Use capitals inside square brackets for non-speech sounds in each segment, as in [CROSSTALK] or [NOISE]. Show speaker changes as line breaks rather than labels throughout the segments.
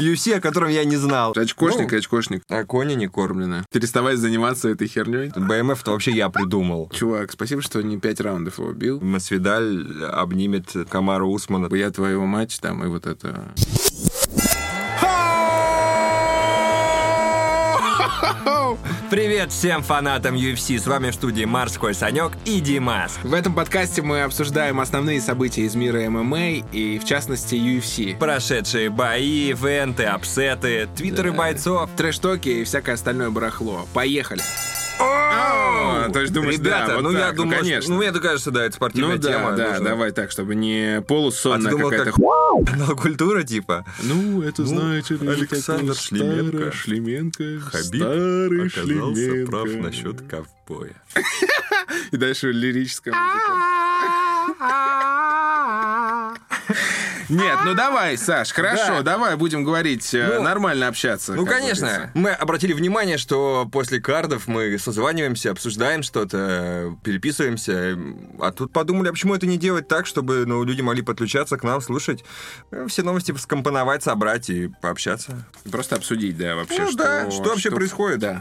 UFC, о котором я не знал.
Очкошник, очкошник.
А кони не кормлены.
Переставай заниматься этой херней.
БМФ-то вообще я придумал.
Чувак, спасибо, что не пять раундов его бил.
Масвидаль обнимет Камара Усмана.
Я твоего мать там и вот это...
[LAUGHS] Привет всем фанатам UFC, с вами в студии Морской Санек и Димас.
В этом подкасте мы обсуждаем основные события из мира ММА и, в частности, UFC.
Прошедшие бои, ивенты, апсеты, твиттеры
Да.
бойцов.
Трэш-токи и всякое остальное барахло. Поехали. А, то есть думаешь, да,
Ребята,
вот
ну я
так, ну,
думал, что-
конечно.
ну мне так кажется, да, это
Ну
спортивная
да,
тема.
да,
нужно.
давай так, чтобы не
А
полусонная
ты думал,
какая-то
как
ху-
[LAUGHS] канал культура, типа?
Ну, это
Ну,
значит, или
Александр
какой
Шлеменко.
старый Шлеменко,
Хабиб
старый
Оказался
Шлеменко.
прав насчет ковбоя.
И дальше лирическая музыка. Нет, ну давай, Саш, хорошо,
Да.
давай будем говорить, э,
Ну,
нормально общаться.
Ну,
как
конечно.
говорится.
Мы обратили внимание, что после кардов мы созваниваемся, обсуждаем что-то, переписываемся. А тут подумали, а почему это не делать так, чтобы ну, люди могли подключаться к нам, слушать, э, все новости скомпоновать, собрать и пообщаться.
Просто обсудить, да, вообще.
Ну да, что вообще происходит.
Да.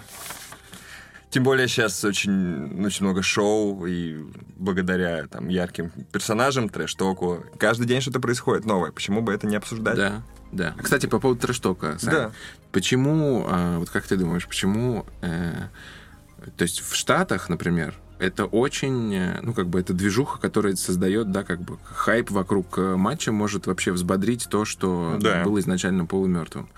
Тем более сейчас очень, очень много шоу, и благодаря там, ярким персонажам, трэш-току, каждый день что-то происходит новое. Почему бы это не обсуждать?
Да, да. Кстати, по поводу трэштока. Сань.
Да.
Почему, а, вот как ты думаешь, почему, э, то есть в Штатах, например, это очень, э, ну, как бы, это движуха, которая создает, да, как бы, хайп вокруг э, матча может вообще взбодрить то, что
Да.
было изначально полумертвым.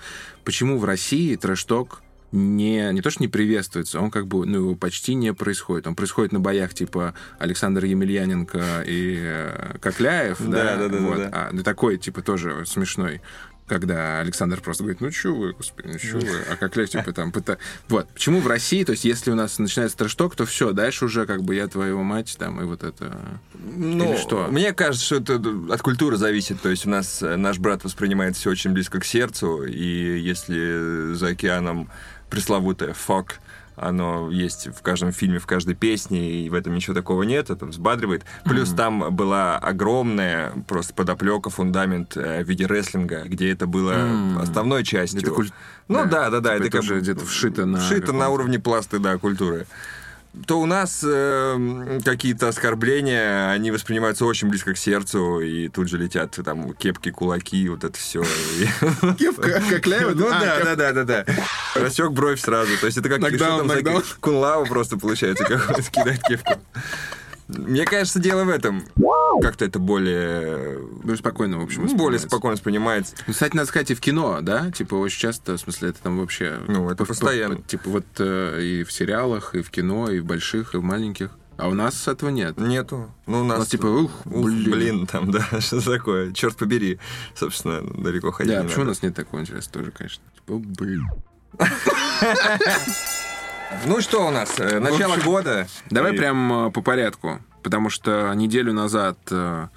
Почему в России трэшток не, не то, что не приветствуется, он как бы, ну, его почти не происходит. Он происходит на боях типа Александр Емельяненко и э, Кокляев,
Да,
да,
да, да,
вот.
да, да.
А, ну, такой, типа, тоже смешной. Когда Александр просто говорит, ну чё вы, господи, ну чё вы, а как Лев, типа, там, пыта... Вот, почему в России, то есть, если у нас начинается трэшток, то все, дальше уже, как бы, я твоего мать, там, и вот это...
Ну,
Или что?
Мне кажется, что это от культуры зависит. То есть у нас э, наш брат воспринимает все очень близко к сердцу, и если за океаном пресловутое «фок», оно есть в каждом фильме, в каждой песне, и в этом ничего такого нет, это взбадривает. Плюс там была огромная просто подоплека, фундамент э, в виде рестлинга, где это было
Мгм.
основной частью.
Это куль- [LAUGHS]
Ну
да,
да, да, да.
типа это
как
уже
бы
где-то вшито на
Вшито на
каком-то-
уровне пласты, да, культуры то у нас эм, какие-то оскорбления, они воспринимаются очень близко к сердцу, и тут же летят там кепки, кулаки, вот это все.
[LAUGHS] Кепка Кокляева? а,
Ну да, да, да, да, да. Рассек бровь сразу. То есть это как
Нокдаун,
что там за
нокдаун.
ки- кунлау просто получается, как скидать кепку. Мне кажется, дело в этом. Как-то это более...
Более спокойно, в общем,
ну, более
воспринимается.
спокойно воспринимается.
Ну, Кстати, надо сказать, и в кино, да? Типа, очень часто, в смысле, это там вообще...
Ну, это
по- по-
постоянно.
по- Типа, вот э, и в сериалах, и в кино, и в больших, и в маленьких. А у нас этого нет.
Нету. Ну, у
У
нас...
нас, типа, ух,
Ух,
блин.
блин, там, да, [LAUGHS] что такое? Черт побери. Собственно, далеко ходить
Да,
не
почему у
надо.
нас нет такого интереса тоже, конечно. Типа, «О, блин.
Ну что у нас? э, Начало
общем,
года.
Давай
И-
прям э, по порядку, потому что неделю назад э,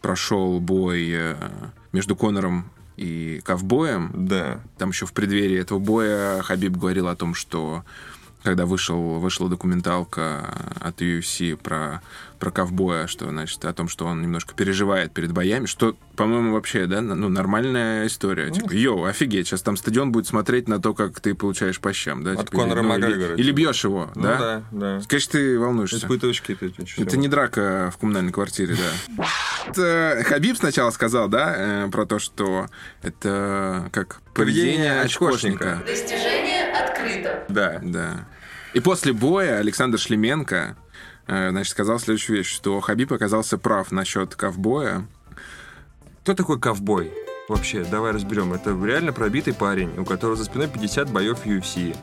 прошел бой э, между Конором и Ковбоем.
Да.
Там еще в преддверии этого боя Хабиб говорил о том, что когда вышел, вышла документалка от UFC про, про ковбоя, что, значит, о том, что он немножко переживает перед боями, что, по-моему, вообще, да, ну, нормальная история.
Ну.
Типа, йоу, офигеть, сейчас там стадион будет смотреть на то, как ты получаешь по щам, да?
От
типа, или-
Конора
ну, или-
Макгрегора,
Или
типа.
бьешь его,
Ну
да?
да, да.
Конечно, ты волнуешься.
Испытываешь какие-то эти чувства.
Это не драка в коммунальной квартире, да. Это Хабиб сначала сказал, да, э, про то, что это как поведение
Поведение
очкошника.
Достижение открыто.
Да.
Да. И после боя Александр Шлеменко, э, значит, сказал следующую вещь, что Хабиб оказался прав насчет ковбоя.
Кто такой ковбой? Вообще, давай разберем. Это реально пробитый парень, у которого за спиной 50 боев UFC.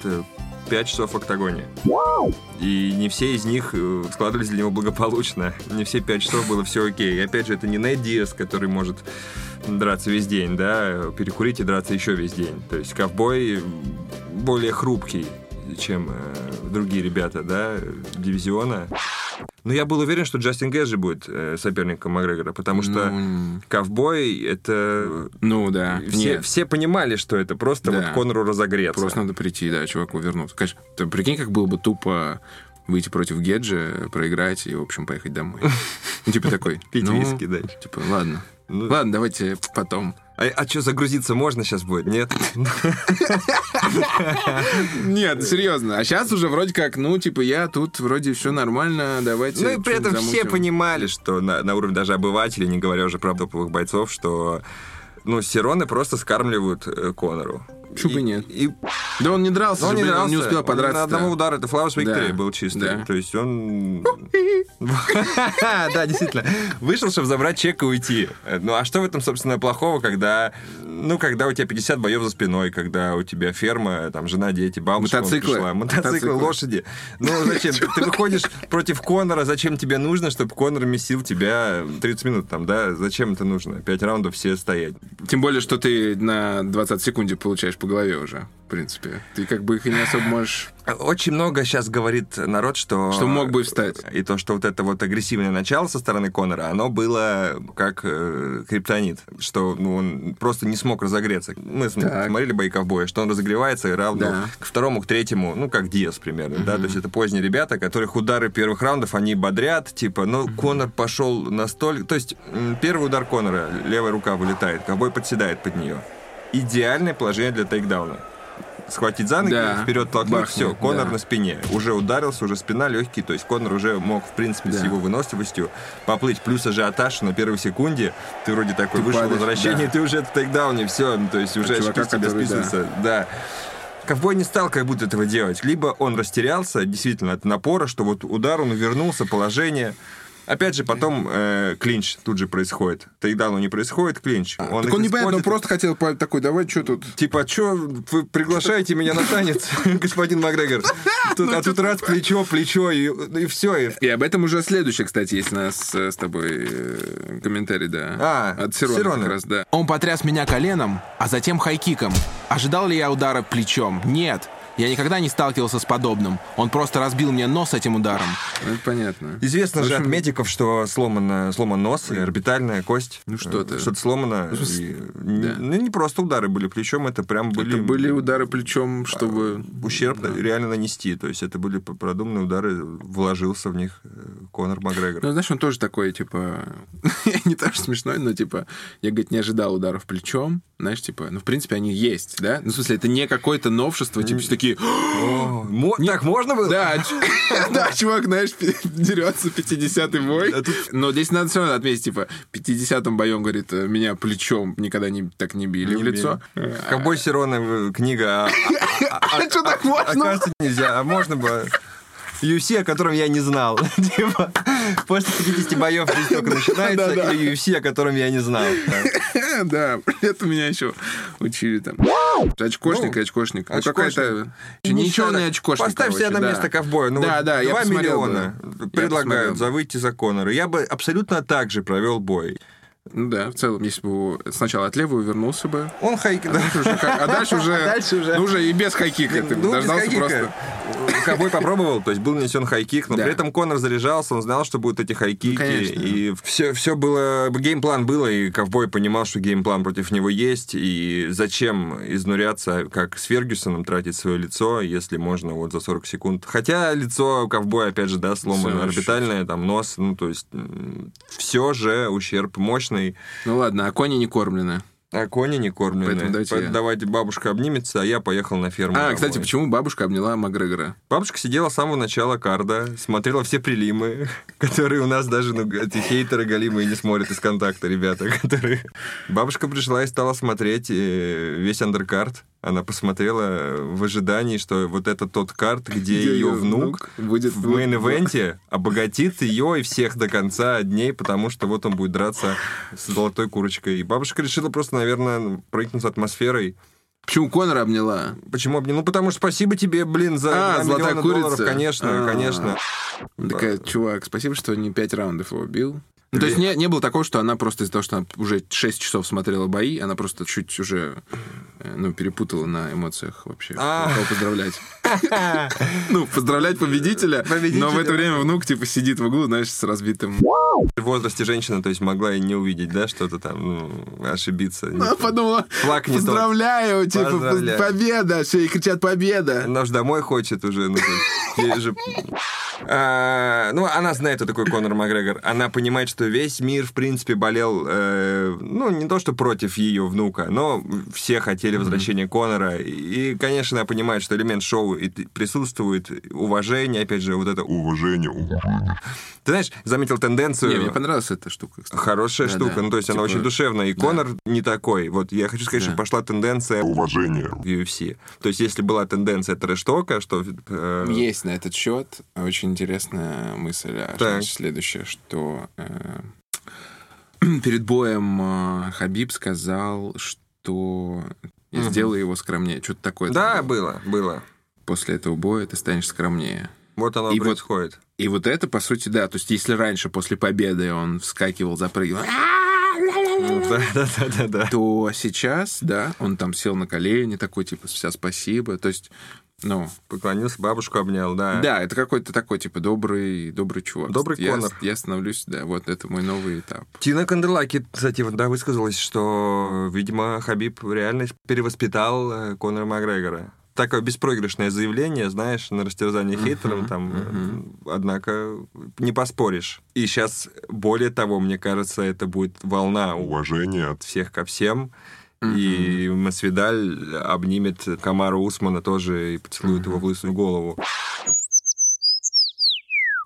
Это 5 часов в октагоне. И не все из них э, складывались для него благополучно. Не все 5 часов было все окей. И опять же, это не Нейт Диас, который может драться весь день, да, перекурить и драться еще весь день. То есть ковбой более хрупкий, чем э, другие ребята, да, дивизиона. Но я был уверен, что Джастин Гэджи будет э, соперником Макгрегора, потому что
Ну,
ковбой это...
ну да.
Все,
Нет,
все понимали, что это просто
Да.
вот Конору разогреться.
просто надо прийти, да, чуваку вернуться. Конечно, ты прикинь, как было бы тупо выйти против Геджи, проиграть и, в
[LAUGHS]
общем, поехать домой. Ну, Типа такой.
Пить
ну,
виски, да.
Типа, ладно.
Ну,
Ладно, давайте потом.
А, а что, загрузиться можно сейчас будет?
[LAUGHS]
Нет?
Нет, серьезно. А сейчас уже вроде как, ну, типа, я тут вроде все нормально, давайте...
Ну и при этом
что-нибудь
все
замутим.
понимали, что на, на уровне даже обывателей, не говоря уже про топовых бойцов, что ну, Сироны просто скармливают э, Конору.
Чё бы
И-
нет.
И
Да он не дрался,
Но Ну, он не,
же, блин, он
дрался.
не успел
Он
подраться.
На одного удара это Flowers Victory
Да.
был чистый.
Да.
То есть он... [LAUGHS] Да, действительно. Вышел, чтобы забрать чек и уйти. Э, Ну, а что в этом, собственно, плохого, когда... Ну, когда у тебя 50 боев за спиной, когда у тебя ферма, там, жена, дети, бабушка вон
Мотоциклы.
пришла, Мотоциклы,
Мотоциклы.
лошади. Ну, зачем? [LAUGHS] Ты ты выходишь против Конора, зачем тебе нужно, чтобы Конор месил тебя 30 минут там, да? Зачем это нужно? Пять раундов все стоять.
Тем более, что ты на 20 секунде получаешь по голове уже, в принципе. Ты как бы их и не особо можешь...
Очень много сейчас говорит народ, что...
Что мог бы встать.
И то, что вот это вот агрессивное начало со стороны Конора, оно было как э, криптонит, что ну, он просто не смог разогреться. Мы с-
Так.
смотрели бои ковбоя, что он разогревается и раунду
Да.
к второму, к третьему, ну, как Диас примерно, да, то есть это поздние ребята, которых удары первых раундов, они бодрят, типа, но Конор пошел настолько... То есть м, первый удар Конора, левая рука вылетает, ковбой подседает под нее. Идеальное положение для тейкдауна. Схватить за ноги,
Да.
вперед толкнуть,
Бахнуть,
все, Конор
да.
на спине. Уже ударился, уже спина легкий, то есть Конор уже мог, в принципе, с
Да.
его выносливостью поплыть. Плюс ажиотаж на первой секунде. Ты вроде такой вышел
падаешь,
возвращение,
да.
ты уже в тейкдауне, все, то есть уже
чувака,
очки с тебя
который, да.
списываются. Да. Ковбой не стал как будто этого делать. Либо он растерялся действительно от напора, что вот удар, он вернулся, положение. Опять же, потом э, клинч тут же происходит. Тейкдауну не происходит, клинч. Он
А, так
их
он не понятно, он
использует.
просто хотел по- такой, давай, что тут?
Типа, что вы приглашаете меня на танец, [LAUGHS] господин Макгрегор? Тут, а тут раз плечо, плечо, и, и все. И...
И об этом уже следующее, кстати, есть у нас э, с тобой э, комментарий, да.
А,
От Сирона,
Сирона.
как раз, да.
Он потряс меня коленом, а затем хайкиком. Ожидал ли я удара плечом? Нет. Я никогда не сталкивался с подобным. Он просто разбил мне нос этим ударом.
Ну, Это понятно.
Известно
В
же от
общем,
медиков, что сломано, сломан нос, и орбитальная кость. Э,
Ну, что-то.
Что-то сломано. и н-
да.
Ну, не просто удары были плечом, это прям были...
Это были удары плечом, чтобы...
Ущерб реально нанести. То есть это были п- продуманные удары, вложился в них э, Конор Макгрегор.
Ну, знаешь, он тоже такой, типа, [LAUGHS] не так что смешной, но, типа, я, говорит, не ожидал ударов плечом, знаешь, типа, ну, в принципе, они есть, да? Ну, в смысле, это не какое-то новшество, типа, все такие,
О, мо- Так можно было?
Да, ч- [LAUGHS] да, чувак, знаешь, пи- дерется 50-й бой. Но здесь надо все равно отметить, типа, 50-м боем, говорит, э, меня плечом никогда не, так не били в лицо.
Ковбой Сирона э, книга. а- а- а-
[LAUGHS] А что так
А
можно?
Оказывается, нельзя. А можно бы... UFC, о котором я не знал. [LAUGHS] Типа, после 50 боев здесь только начинается,
да, да.
или UFC, о котором я не знал.
[LAUGHS] Да, это меня еще учили там. Очкошник, и очкошник. Ну,
очкошник.
какая-то...
И не
Ничегоный
считаю.
очкошник.
Поставь себя
короче,
на
да.
место ковбоя. Ну,
Да,
вот
да, я
2
посмотрел бы.
миллиона
Я
предлагают
посмотрел.
за выйти за Конора. Я бы абсолютно так же провел бой.
Ну да, в целом, если бы сначала от левого вернулся бы. [LAUGHS]
Он хайк... да.
Уже как- А дальше уже...
А дальше уже-
ну, уже и без хайкика. Ты
Ну, Э, без
дождался
хайкика.
просто...
Ковбой попробовал, то есть был нанесен хайкик, но
Да.
при этом Конор заряжался, он знал, что будут эти хайкики,
Ну, конечно.
и все, все было, геймплан было, и Ковбой понимал, что геймплан против него есть, и зачем изнуряться, как с Фергюсоном, тратить свое лицо, если можно вот за 40 секунд. Хотя лицо у Ковбоя, опять же, да, сломано,
Всё,
орбитальное, там, нос, ну, то есть все же ущерб мощный,
Ну ладно, а кони не кормлены.
а кони не кормлены.
Поэтому давайте я.
давайте бабушка обнимется, а я поехал на ферму.
А,
домой.
кстати, почему бабушка обняла Макгрегора?
Бабушка сидела с самого начала карда, смотрела все прилимы, [LAUGHS] которые у нас даже ну, эти хейтеры голимые не смотрят из контакта, ребята, [LAUGHS] которые... Бабушка пришла и стала смотреть э, весь андеркарт. Она посмотрела в ожидании, что вот это тот [LAUGHS] карт, где, ее внук,
будет
в мейн-эвенте обогатит ее и всех до конца дней, потому что вот он будет драться с золотой курочкой. И бабушка решила просто, наверное, проникнуться атмосферой.
Почему Конора обняла?
Почему обнял? Ну, потому что спасибо тебе, блин, за
А,
два
«Золотая
миллиона
курица».
долларов, конечно,
А.
конечно.
Она Такая, чувак, спасибо, что не пять раундов его бил. Ну, то есть не, не было такого, что она просто из-за того, что она уже 6 часов смотрела бои, она просто чуть уже э, ну, перепутала на эмоциях вообще.
А.
Кого
[LAUGHS]
поздравлять. Ну, поздравлять победителя, но в
Победителя.
это время внук типа сидит в углу, знаешь, с разбитым.
В возрасте женщина, то есть, могла и не увидеть, да, что-то там, ну, ошибиться.
Она подумала,
Флаг не тот.
поздравляю, типа,
Поздравляю.
победа, все, и кричат победа. [LAUGHS]
Она же домой хочет уже, ну, то есть, ей же А, ну, она знает, кто такой Конор Макгрегор. Она понимает, что весь мир, в принципе, болел, э, ну, не то, что против ее внука, но все хотели возвращения Конора. И, конечно, она понимает, что элемент шоу и т- присутствует уважение, опять же, вот это уважение. уважение. Ты знаешь, заметил тенденцию...
Не, мне понравилась эта штука. кстати.
Хорошая
Да,
штука,
да.
ну то есть она
Типа,
очень душевная, и Конор не такой. Вот я хочу сказать, что
Да.
пошла тенденция уважения UFC. То есть если была тенденция трэш-тока, что э,
Есть на этот счет очень интересная мысль. а
Так.
значит, следующее, что э, [CLEARS THROAT] перед боем э, Хабиб сказал, что я
Мгм.
сделаю его скромнее. Что-то такое. там
да,
было.
было, было.
После этого боя ты станешь скромнее.
Вот оно
И вот-
происходит. [LAUGHS]
И вот это, по сути, да. То есть, если раньше, после победы, он вскакивал, запрыгивал,
А!
а,
Да, да, да, да, да.
то сейчас, да, он там сел на колени, такой, типа, вся спасибо. То есть, ну,
Поклонился, бабушку обнял, да.
да, это какой-то такой, типа, добрый, добрый чувак.
А? Добрый
я,
Конор.
Я становлюсь, да, вот это мой новый этап.
Тина Кандерлаки, кстати, вот, да, высказалась, что, видимо, Хабиб реально перевоспитал э, Конора Макгрегора. Такое беспроигрышное заявление, знаешь, на растерзание хейтером, там, э, однако, не поспоришь. И сейчас, более того, мне кажется, это будет волна уважения от всех ко всем. И Масвидаль обнимет Камара Усмана тоже и поцелует его в лысую голову.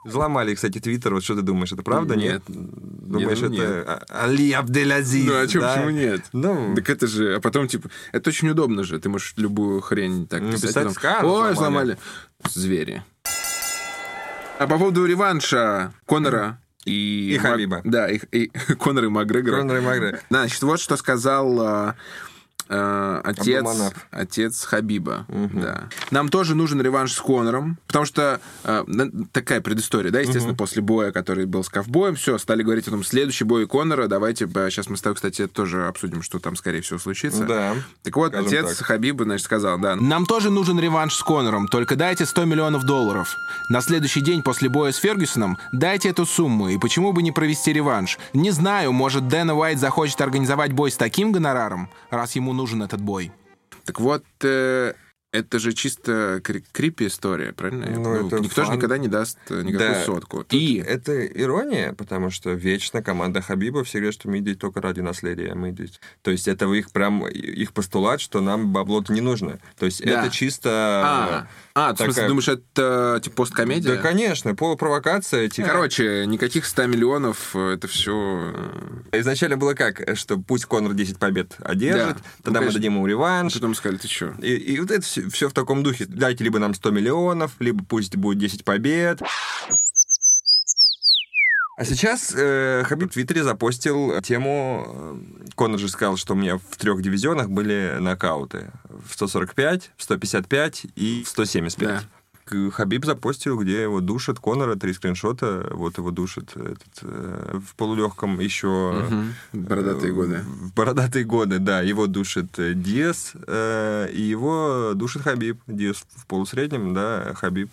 Взломали, кстати, Твиттер. Вот что ты думаешь, это правда?
Нет.
Думаешь,
Я думаю,
это А- Али Абделязиз,
Ну, а чё,
да?
почему нет?
Ну,
Так это же, а потом, типа, это очень удобно же. Ты можешь любую хрень так
Ну,
писать.
писать,
потом,
«Ска, взломали».
Ой, взломали. Звери. А по поводу реванша Конора и...
И
Мак-
Хабиба.
Да, и, [LAUGHS] и Конора и Макгрегора.
Конор и
[LAUGHS]
Макгрегор.
Значит, вот что сказал а, а, отец,
Абдулманап.
отец Хабиба. Да. Нам тоже нужен реванш с Конором, потому что а, на- такая предыстория, да, естественно, после боя, который был с ковбоем, все, стали говорить о том, следующий бой Конора, давайте, сейчас мы с тобой, кстати, тоже обсудим, что там, скорее всего, случится.
Да.
Так вот,
Скажем
отец
так.
Хабиба, значит, сказал, да,
Нам тоже нужен реванш с Конором, только дайте 100 миллионов долларов. На следующий день после боя с Фергюсоном дайте эту сумму, и почему бы не провести реванш? Не знаю, может, Дэна Уайт захочет организовать бой с таким гонораром, раз ему нужен этот бой.
Так вот, э, это же чисто кри- крипи история, правильно? Я
Ну,
понял.
это
Никто же
фан.
никогда не даст э, никакую
Да.
сотку.
И
И
это ирония, потому что вечно команда Хабиба все говорят, что мы идем только ради наследия, мы идем. То есть это их прям их постулат, что нам бабло-то не нужно. То есть
Да.
это чисто...
А, а, ты в смысле,
такая-
думаешь, это типа посткомедия?
Да, конечно, полупровокация. Типа.
Короче, никаких 100 миллионов, э, это э, все...
Изначально было как, э, что пусть Конор 10 побед одержит,
Да. Ну,
тогда мы
конечно.
дадим ему реванш,
Потом сказали, ты что?
И, и вот это все, в таком духе. Дайте либо нам 100 миллионов, либо пусть будет 10 побед. А сейчас э, Хабиб в Твиттере запостил тему... э, Конор же сказал, что у меня в трех дивизионах были нокауты. В 145, в 155 и в 175.
Да.
К- Хабиб запостил, где его душат Конора, три скриншота, вот его душит этот, э, в полулегком еще
Бородатые
э,
годы.
В бородатые годы, да. Его душит э, Диас, э, и его душит Хабиб. Диас в полусреднем, да, Хабиб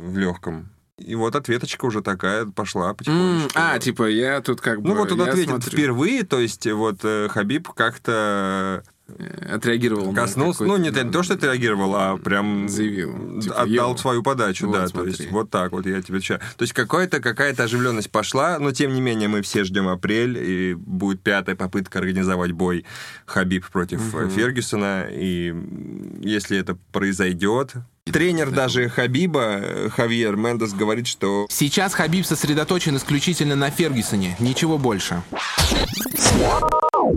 в легком. И вот ответочка уже такая пошла
М,
потихонечку.
А, типа, я тут как бы...
ну вот он
я
ответил
смотрю,
впервые, то есть вот э, Хабиб как-то
э, Отреагировал. на
коснулся, ну
какой-то,
не, не то, что ты реагировал, а прям
Заявил. Типа,
отдал
«Йоу».
свою подачу,
Вот,
да,
смотри.
то есть вот так вот я тебе отвечаю. То есть какая-то какая-то оживленность пошла, но тем не менее мы все ждем апрель и будет пятая попытка организовать бой Хабиб против э, Фергюсона и м, если это произойдет. Тренер даже Хабиба, э, Хавьер Мендес, говорит, что
Сейчас Хабиб сосредоточен исключительно на Фергюсоне, ничего больше.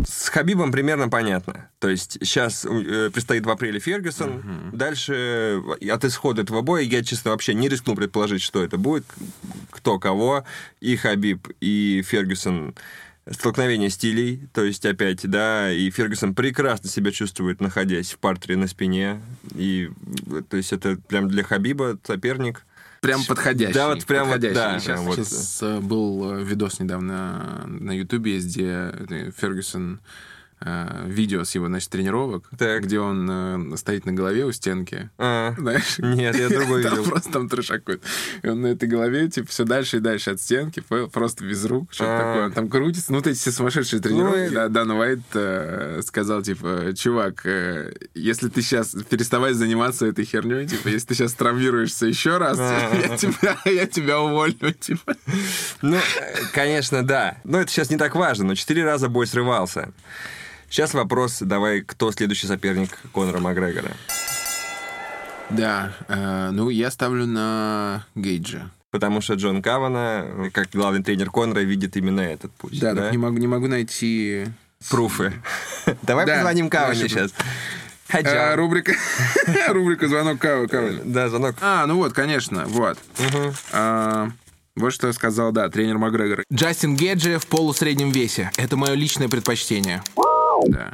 С Хабибом примерно понятно. То есть сейчас предстоит в апреле Фергюсон. Дальше э, от исхода этого боя я, честно, вообще не рискну предположить, что это будет, кто кого. И Хабиб, и Фергюсон столкновение стилей, то есть опять, да, и Фергюсон прекрасно себя чувствует, находясь в партере на спине, и, э, то есть это прям для Хабиба соперник.
Прям подходящий.
Да, вот прям вот,
подходящий.
да,
Сейчас,
прям вот.
сейчас, э, был э, видос недавно на Ютубе, есть, где э, Фергюсон э, видео с его, значит, тренировок,
Так.
где он э, стоит на голове у стенки.
А,
Знаешь?
Нет, я другой
Там
видел.
просто там трешак какой-то. И он на этой голове, типа, все дальше и дальше от стенки, понял? просто без рук, что-то
А.
такое. Он там крутится. Ну, вот эти все сумасшедшие тренировки.
и-
Да, Дан Уайт э, сказал, типа, чувак, э, если ты сейчас переставай заниматься этой херней, типа, если ты сейчас травмируешься еще раз,
А.
[LAUGHS] я тебя- я тебя уволю, типа.
Ну, э, конечно, да. Но это сейчас не так важно, но четыре раза бой срывался. Сейчас вопрос, давай, кто следующий соперник Конора Макгрегора?
Да, э, ну, я ставлю на Гейджа.
Потому что Джон Кавана, э, как главный тренер Конора, видит именно этот путь.
Да, так не могу, не могу найти... [LAUGHS]
Пруфы. Давай
Да,
позвоним Каване
наши-
сейчас.
Э,
Хотя...
Рубрика... [LAUGHS] Рубрика «Звонок Кавы». Кавы.
Да, звонок.
А, ну вот, конечно, вот. А, вот что сказал, да, тренер Макгрегор.
Джастин Геджи в полусреднем весе. Это мое личное предпочтение.
Да.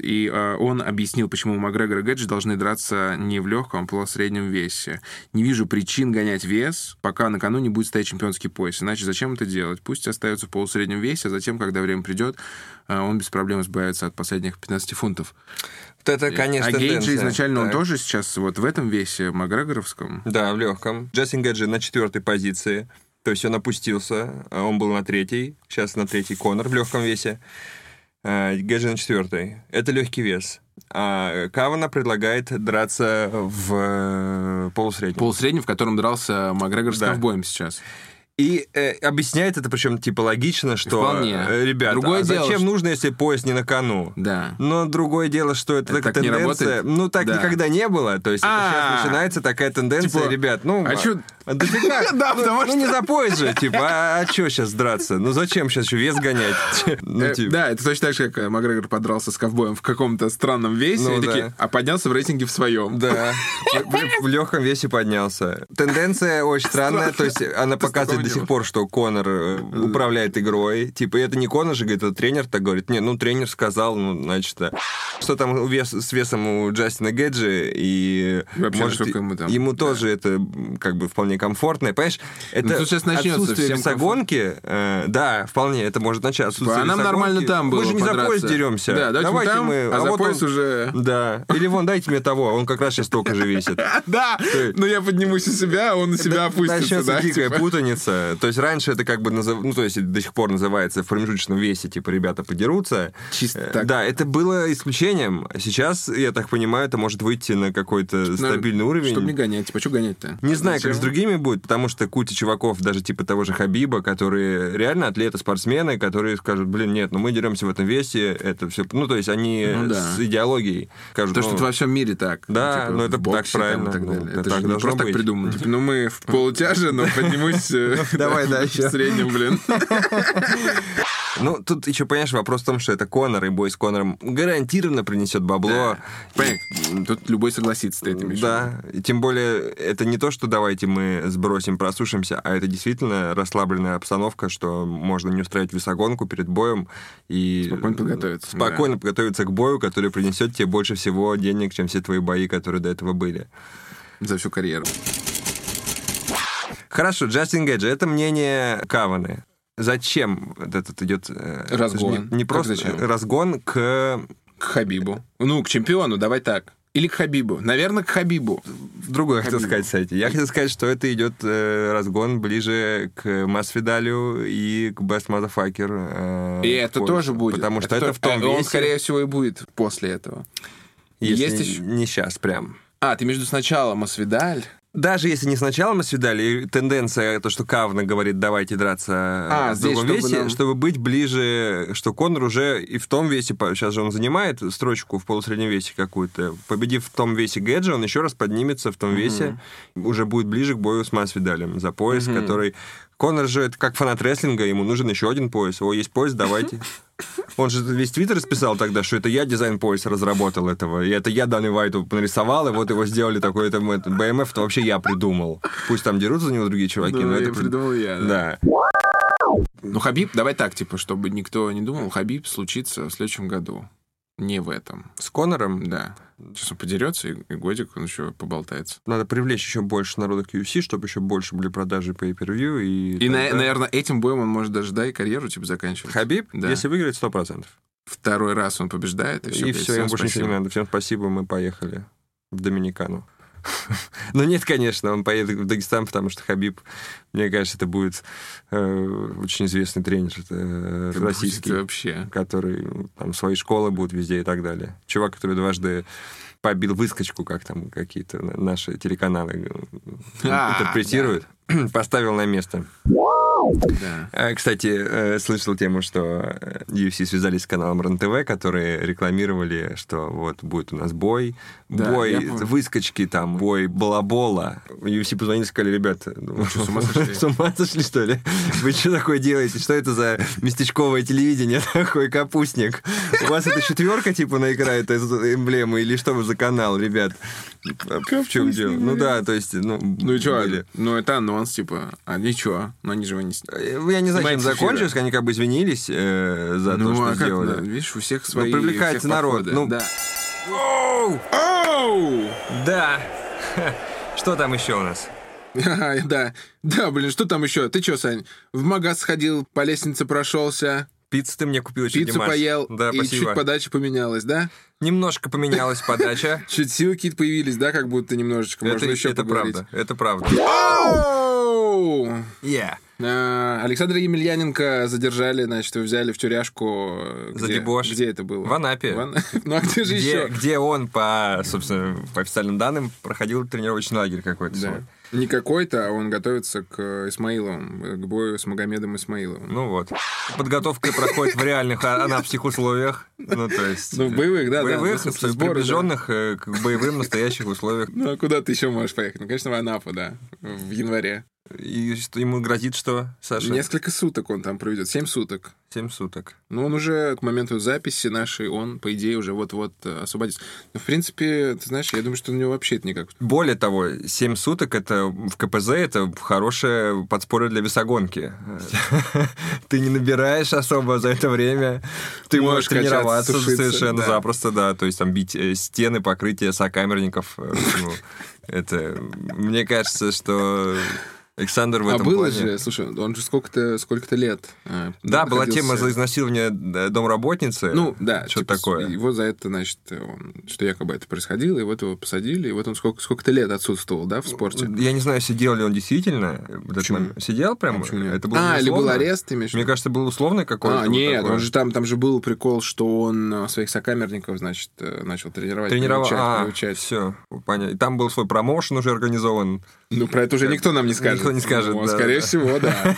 И а, он объяснил, почему Макгрегор и Гэджи должны драться не в легком, а в полусреднем весе. Не вижу причин гонять вес, пока накануне будет стоять чемпионский пояс. Иначе зачем это делать? Пусть остается в полусреднем весе, а затем, когда время придет, а, он без проблем избавится от последних 15 фунтов.
Вот это, конечно,
а Гейджи
тенденция.
изначально он
Так.
тоже сейчас вот в этом весе Макгрегоровском.
Да, в легком. Джастин Гэджи на четвертой позиции. То есть он опустился. а Он был на третьей. Сейчас на третий Конор в легком весе. А, Гэджи на четвертой. Это легкий вес. А Кавана предлагает драться в э, полусреднем.
Полусреднем, в котором дрался Макгрегор с
Да.
ковбоем сейчас.
И э, объясняет это, причем, типа, логично, что...
Вполне.
э, Ребята,
Другое
а
дело,
зачем
что-
нужно, если пояс не на кону?
Да.
Но другое дело, что это,
Это
такая
так не
тенденция.
работает?
ну, так
Да.
никогда не было. То есть, это
А.
сейчас начинается такая тенденция,
Типа,
ребят. Ну,
а чё-
Да фига.
[LAUGHS] Да,
Ну,
потому
ну, не за пояс же, типа, а, а что сейчас драться? Ну, зачем сейчас еще вес гонять? [LAUGHS] Ну,
Э,
типа,
Да, это точно так же, как э, Макгрегор подрался с ковбоем в каком-то странном весе,
Ну
и
да.
такие, а поднялся в рейтинге в своем.
да. В- В легком весе поднялся. Тенденция очень странная. То есть она показывает
такого
до
не
сих
было.
пор, что Конор э, управляет игрой. Типа, это не Конор же, говорит, это тренер так говорит. Не, ну тренер сказал, ну, значит, да. Что там у вес- с весом у Джастина Геджи и...
И вообще, насколько ему там, да.
тоже это м, как бы вполне комфортно. Понимаешь, это
тут сейчас начнется
отсутствие
всем
весогонки, э, да, вполне, это может начаться. Отсутствие
А нам
весогонки.
нормально там было
Мы же не за
подраться.
пояс деремся.
Да, давайте, мы там, а, за
вот
пояс
он-
уже...
[LAUGHS] Да. Или вон, дайте мне того, он как раз сейчас столько же
[LAUGHS]
весит.
[LAUGHS] Да, но я поднимусь у себя, а он на себя опустится.
Начнется
да,
дикая
типа.
путаница. То есть раньше это как бы назов... ну то есть это до сих пор называется в промежуточном весе, типа ребята подерутся.
Чисто
Э,
так.
Да, это было исключением. Сейчас, я так понимаю, это может выйти на какой-то стабильный
Ну,
уровень.
Чтобы не гонять. Типа, что гонять-то?
Не знаю,
Зачем?
как с другими будет, потому что куча чуваков, даже типа того же Хабиба, которые реально атлеты, спортсмены, которые скажут, блин, нет, ну мы деремся в этом весе, это все, ну то есть они
Ну да.
с идеологией скажут,
То,
ну,
что это во всем мире так.
Да,
типа,
ну, это
в боксе
так правильно.
там и так
Ну,
далее.
это
Это
так
же не
должно
просто так
быть. [LAUGHS]
придумано. Типа, ну мы в полутяже, но поднимусь э,
Ну, Давай
да,
дальше.
[LAUGHS] в среднем, блин.
Ну, тут еще, понимаешь, вопрос в том, что это Конор, и бой с Конором гарантированно принесет бабло.
Понятно. Тут любой согласится, ты это имеешь в виду.
Да, и тем более это не то, что давайте мы сбросим, просушимся, а это действительно расслабленная обстановка, что можно не устраивать весогонку перед боем и
Спокойно подготовиться,
Спокойно подготовиться к бою, который принесет тебе больше всего денег, чем все твои бои, которые до этого были.
За всю карьеру.
Хорошо, Джастин Гейджи, это мнение Каваны. Зачем вот этот идет э,
Разгон.
это же Не, не
Как
просто
зачем?
разгон к
К Хабибу. Ну, к чемпиону, давай так. Или к Хабибу. Наверное, к Хабибу.
Другое хотел сказать, кстати. Я хотел сказать, что это идет э, разгон ближе к Масвидалю и к Best Motherfucker. э,
И это
поясу.
тоже будет.
Потому что это,
то-
в том
э, Он,
весе,
скорее всего, и будет после этого.
если
есть еще-
не сейчас прям.
А, ты между сначала Масвидаль.
Даже если не сначала Масвидаль, и тенденция, то, что Кавна говорит, давайте драться
А,
э, в
здесь,
другом
чтобы
весе,
нам-
чтобы быть ближе, что Конор уже и в том весе, по- сейчас же он занимает строчку в полусреднем весе какую-то, победив в том весе Гэджи, он еще раз поднимется в том весе, уже будет ближе к бою с Масвидалем за пояс, который... Конор же, это как фанат рестлинга, ему нужен еще один пояс. О, есть пояс,
[LAUGHS]
давайте. Он же весь твиттер расписал тогда, что это я дизайн пояса разработал этого. И это я Дани Вайту нарисовал, и вот его сделали такой там это, БМФ, то вообще я придумал. Пусть там дерутся за него другие чуваки,
Ну,
но
я
это... при-
придумал я. да.
Да.
Ну, Хабиб, давай так, типа, чтобы никто не думал, Хабиб случится в следующем году. Не в этом.
С Конором
Да. Сейчас он подерется, и, и годик он еще поболтается.
надо привлечь еще больше народа к UFC, чтобы еще больше были продажи по per и...
И,
тогда-
наверное, этим боем он может даже, да, и карьеру, типа, заканчивать.
Хабиб,
Да.
если выиграет, 100%.
Второй раз он побеждает, и все.
и все, им больше ничего не надо. Всем спасибо, мы поехали в Доминикану. [LAUGHS] Ну нет, конечно, он поедет в Дагестан, потому что Хабиб, мне кажется, это будет э, очень известный тренер э, российский,
вообще.
который ну, там свои школы будут везде и так далее. Чувак, который дважды побил выскочку, как там какие-то на- наши телеканалы э,
А,
интерпретируют, [CLEARS THROAT] поставил на место.
Да.
Э, Кстати, э, слышал тему, что э, UFC связались с каналом РЕН-ТВ, которые рекламировали, что вот будет у нас бой,
Да,
бой
я помню.
выскочки, там, бой балабола. UFC позвонили и сказали, ребята, ну,
что,
[LAUGHS]
с ума сошли?
с ума сошли, что ли? [LAUGHS] Вы что такое делаете? Что это за местечковое телевидение? [LAUGHS] Такой капустник. У вас это четверка, типа, на экране, это эмблема, или что вы за канал, ребят? Э, В чем дело? Ну да, то есть, ну...
Ну и что?
были.
Ну это анонс, типа, а ничего, но они же его не сняли.
Э, Я не знаю, чем
Снимайте с эфира.
закончилось, они как бы извинились э, за то, что
Ну, а как, да,
сделали.
видишь, у всех свои...
привлекается
у всех
народ,
подходы.
ну.
да.
Оу!
Оу!
Да. Что там еще у нас?
Ага, [LAUGHS] Да, да, блин, что там еще? Ты что, Сань, в магаз сходил, по лестнице прошелся,
Пиццу ты мне купил еще,
пиццу
Димас.
поел,
Да,
и
спасибо.
чуть подача поменялась, да?
Немножко поменялась подача.
Чуть силы какие-то появились, да, как будто немножечко.
Это
[LAUGHS] Можно еще
это
поговорить.
правда. Это правда.
Оу!
Я.
Э, Александра Емельяненко задержали, значит, его взяли в тюряшку. э,
За
где-
дебош.
Где это было?
В Анапе.
В Ана- [LAUGHS] Ну а где же
Где,
еще?
где он, по, собственно, по официальным данным, проходил тренировочный лагерь какой-то.
Да.
свой.
Не какой-то, а он готовится к Исмаиловым, к бою с Магомедом Исмаиловым.
Ну вот. Подготовка проходит в реальных а- анапских условиях. Ну, то есть...
Ну, в боевых, да, да,
боевых,
ну, собственно,
с-
сборы, да.
приближенных э, к боевым настоящих условиях.
Ну а куда ты еще можешь поехать? Ну, конечно, в Анапу, да, в январе.
И что ему грозит что, Саша?
Несколько суток он там проведет, семь суток.
Семь суток.
Но он уже к моменту записи нашей, он, по идее, уже вот-вот э, освободится. Но, в принципе, ты знаешь, я думаю, что у него вообще это никак.
Более того, семь суток это в КПЗ это хорошее подспорье для
[LAUGHS]
весогонки. Ты не набираешь особо за это время. Ты можешь
Можешь качаться,
тренироваться
сушиться,
совершенно
да.
запросто, да. То есть там бить э, стены, покрытие сокамерников. э, ну, Это мне кажется, что Александр в
А
этом
было
плане-
же, слушай, он же сколько-то сколько лет. э,
Да, была
находился-
тема за изнасилование э, домработницы.
Ну, да.
Что
типа,
такое?
Его за это, значит, он- что якобы это происходило, и вот его посадили, и вот он сколько- сколько-то лет отсутствовал,
Ну,
да, в спорте.
Я не знаю, сидел ли он действительно. э, в этот
Почему?
момент. Сидел прям?
А почему нет?
Это было
а, или был
безусловно?
арест, ты имеешь в
Мне
виду?
кажется, был условный какой-то.
А,
вот
нет,
такой.
он же там, там же был прикол, что он э, своих сокамерников, значит, э, начал тренировать,
тренировал.
приучать,
а,
приучать.
все, понятно. И Там был свой промоушен уже организован. [LAUGHS]
Ну, про это уже никто нам не скажет.
Никто не скажет,
Ну,
да,
Скорее
да. [LAUGHS]
всего, да.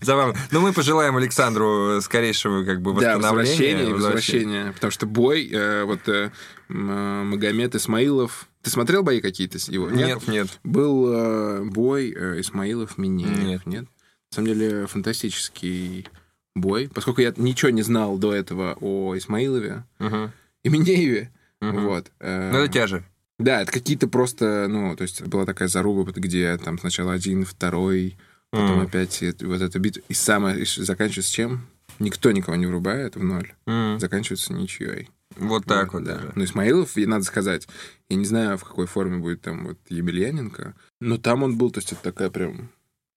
Забавно. Но мы пожелаем Александру э, скорейшего как бы
Да,
восстановления.
возвращение, и
возвращения.
возвращение. Потому что бой, э, вот э, м, э, Магомед Исмаилов... Ты смотрел бои какие-то с его?
Нет, нет.
Был э, бой э, Исмаилов Минеев.
Нет.
Нет. На самом деле фантастический бой. Поскольку я ничего не знал до этого о Исмаилове
Мгм.
и Минееве.
Мгм.
Вот. э,
Ну, это тяже.
да, это какие-то просто, ну, то есть была такая заруба, где там сначала один, второй, потом
М.
опять и- вот эта битва. И самое, и ш- заканчивается чем? Никто никого не врубает в ноль.
М.
Заканчивается ничьей.
Вот так вот,
да.
даже.
Ну, Исмаилов, и надо сказать, я не знаю, в какой форме будет там вот Емельяненко, но там он был, то есть это такая прям...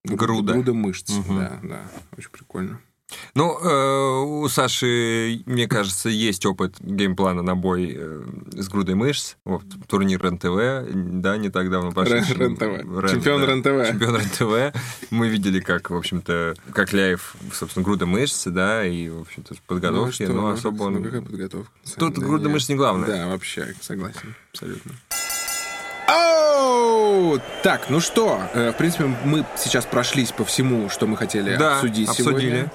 гру-
Груда.
Груда мышц,
Мгм.
да, да. Очень прикольно.
Ну, э, у Саши, мне кажется, есть опыт геймплана на бой э, с грудой мышц. Вот, турнир РЕН-ТВ, да, не так давно прошел.
РЕН-ТВ. Чемпион РЕН-ТВ.
Чемпион РЕН-ТВ. Мы видели, как, в общем-то, как Ляев, собственно, груда мышц, да, и, в общем-то, подготовки,
что,
но
ну,
особо
ну,
он...
какая подготовка? На самом
Тут
деле,
груда
нет.
мышц не главное.
Да, вообще, согласен, абсолютно. Оу! Так, ну что, э, в принципе, мы сейчас прошлись по всему, что мы хотели
Да,
обсудить
обсудили.
сегодня.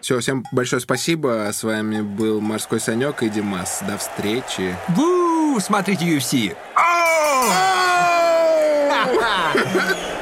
Все, всем большое спасибо. С вами был Морской Санек и Димас. До встречи. А!
Ву! Смотрите UFC! Оу!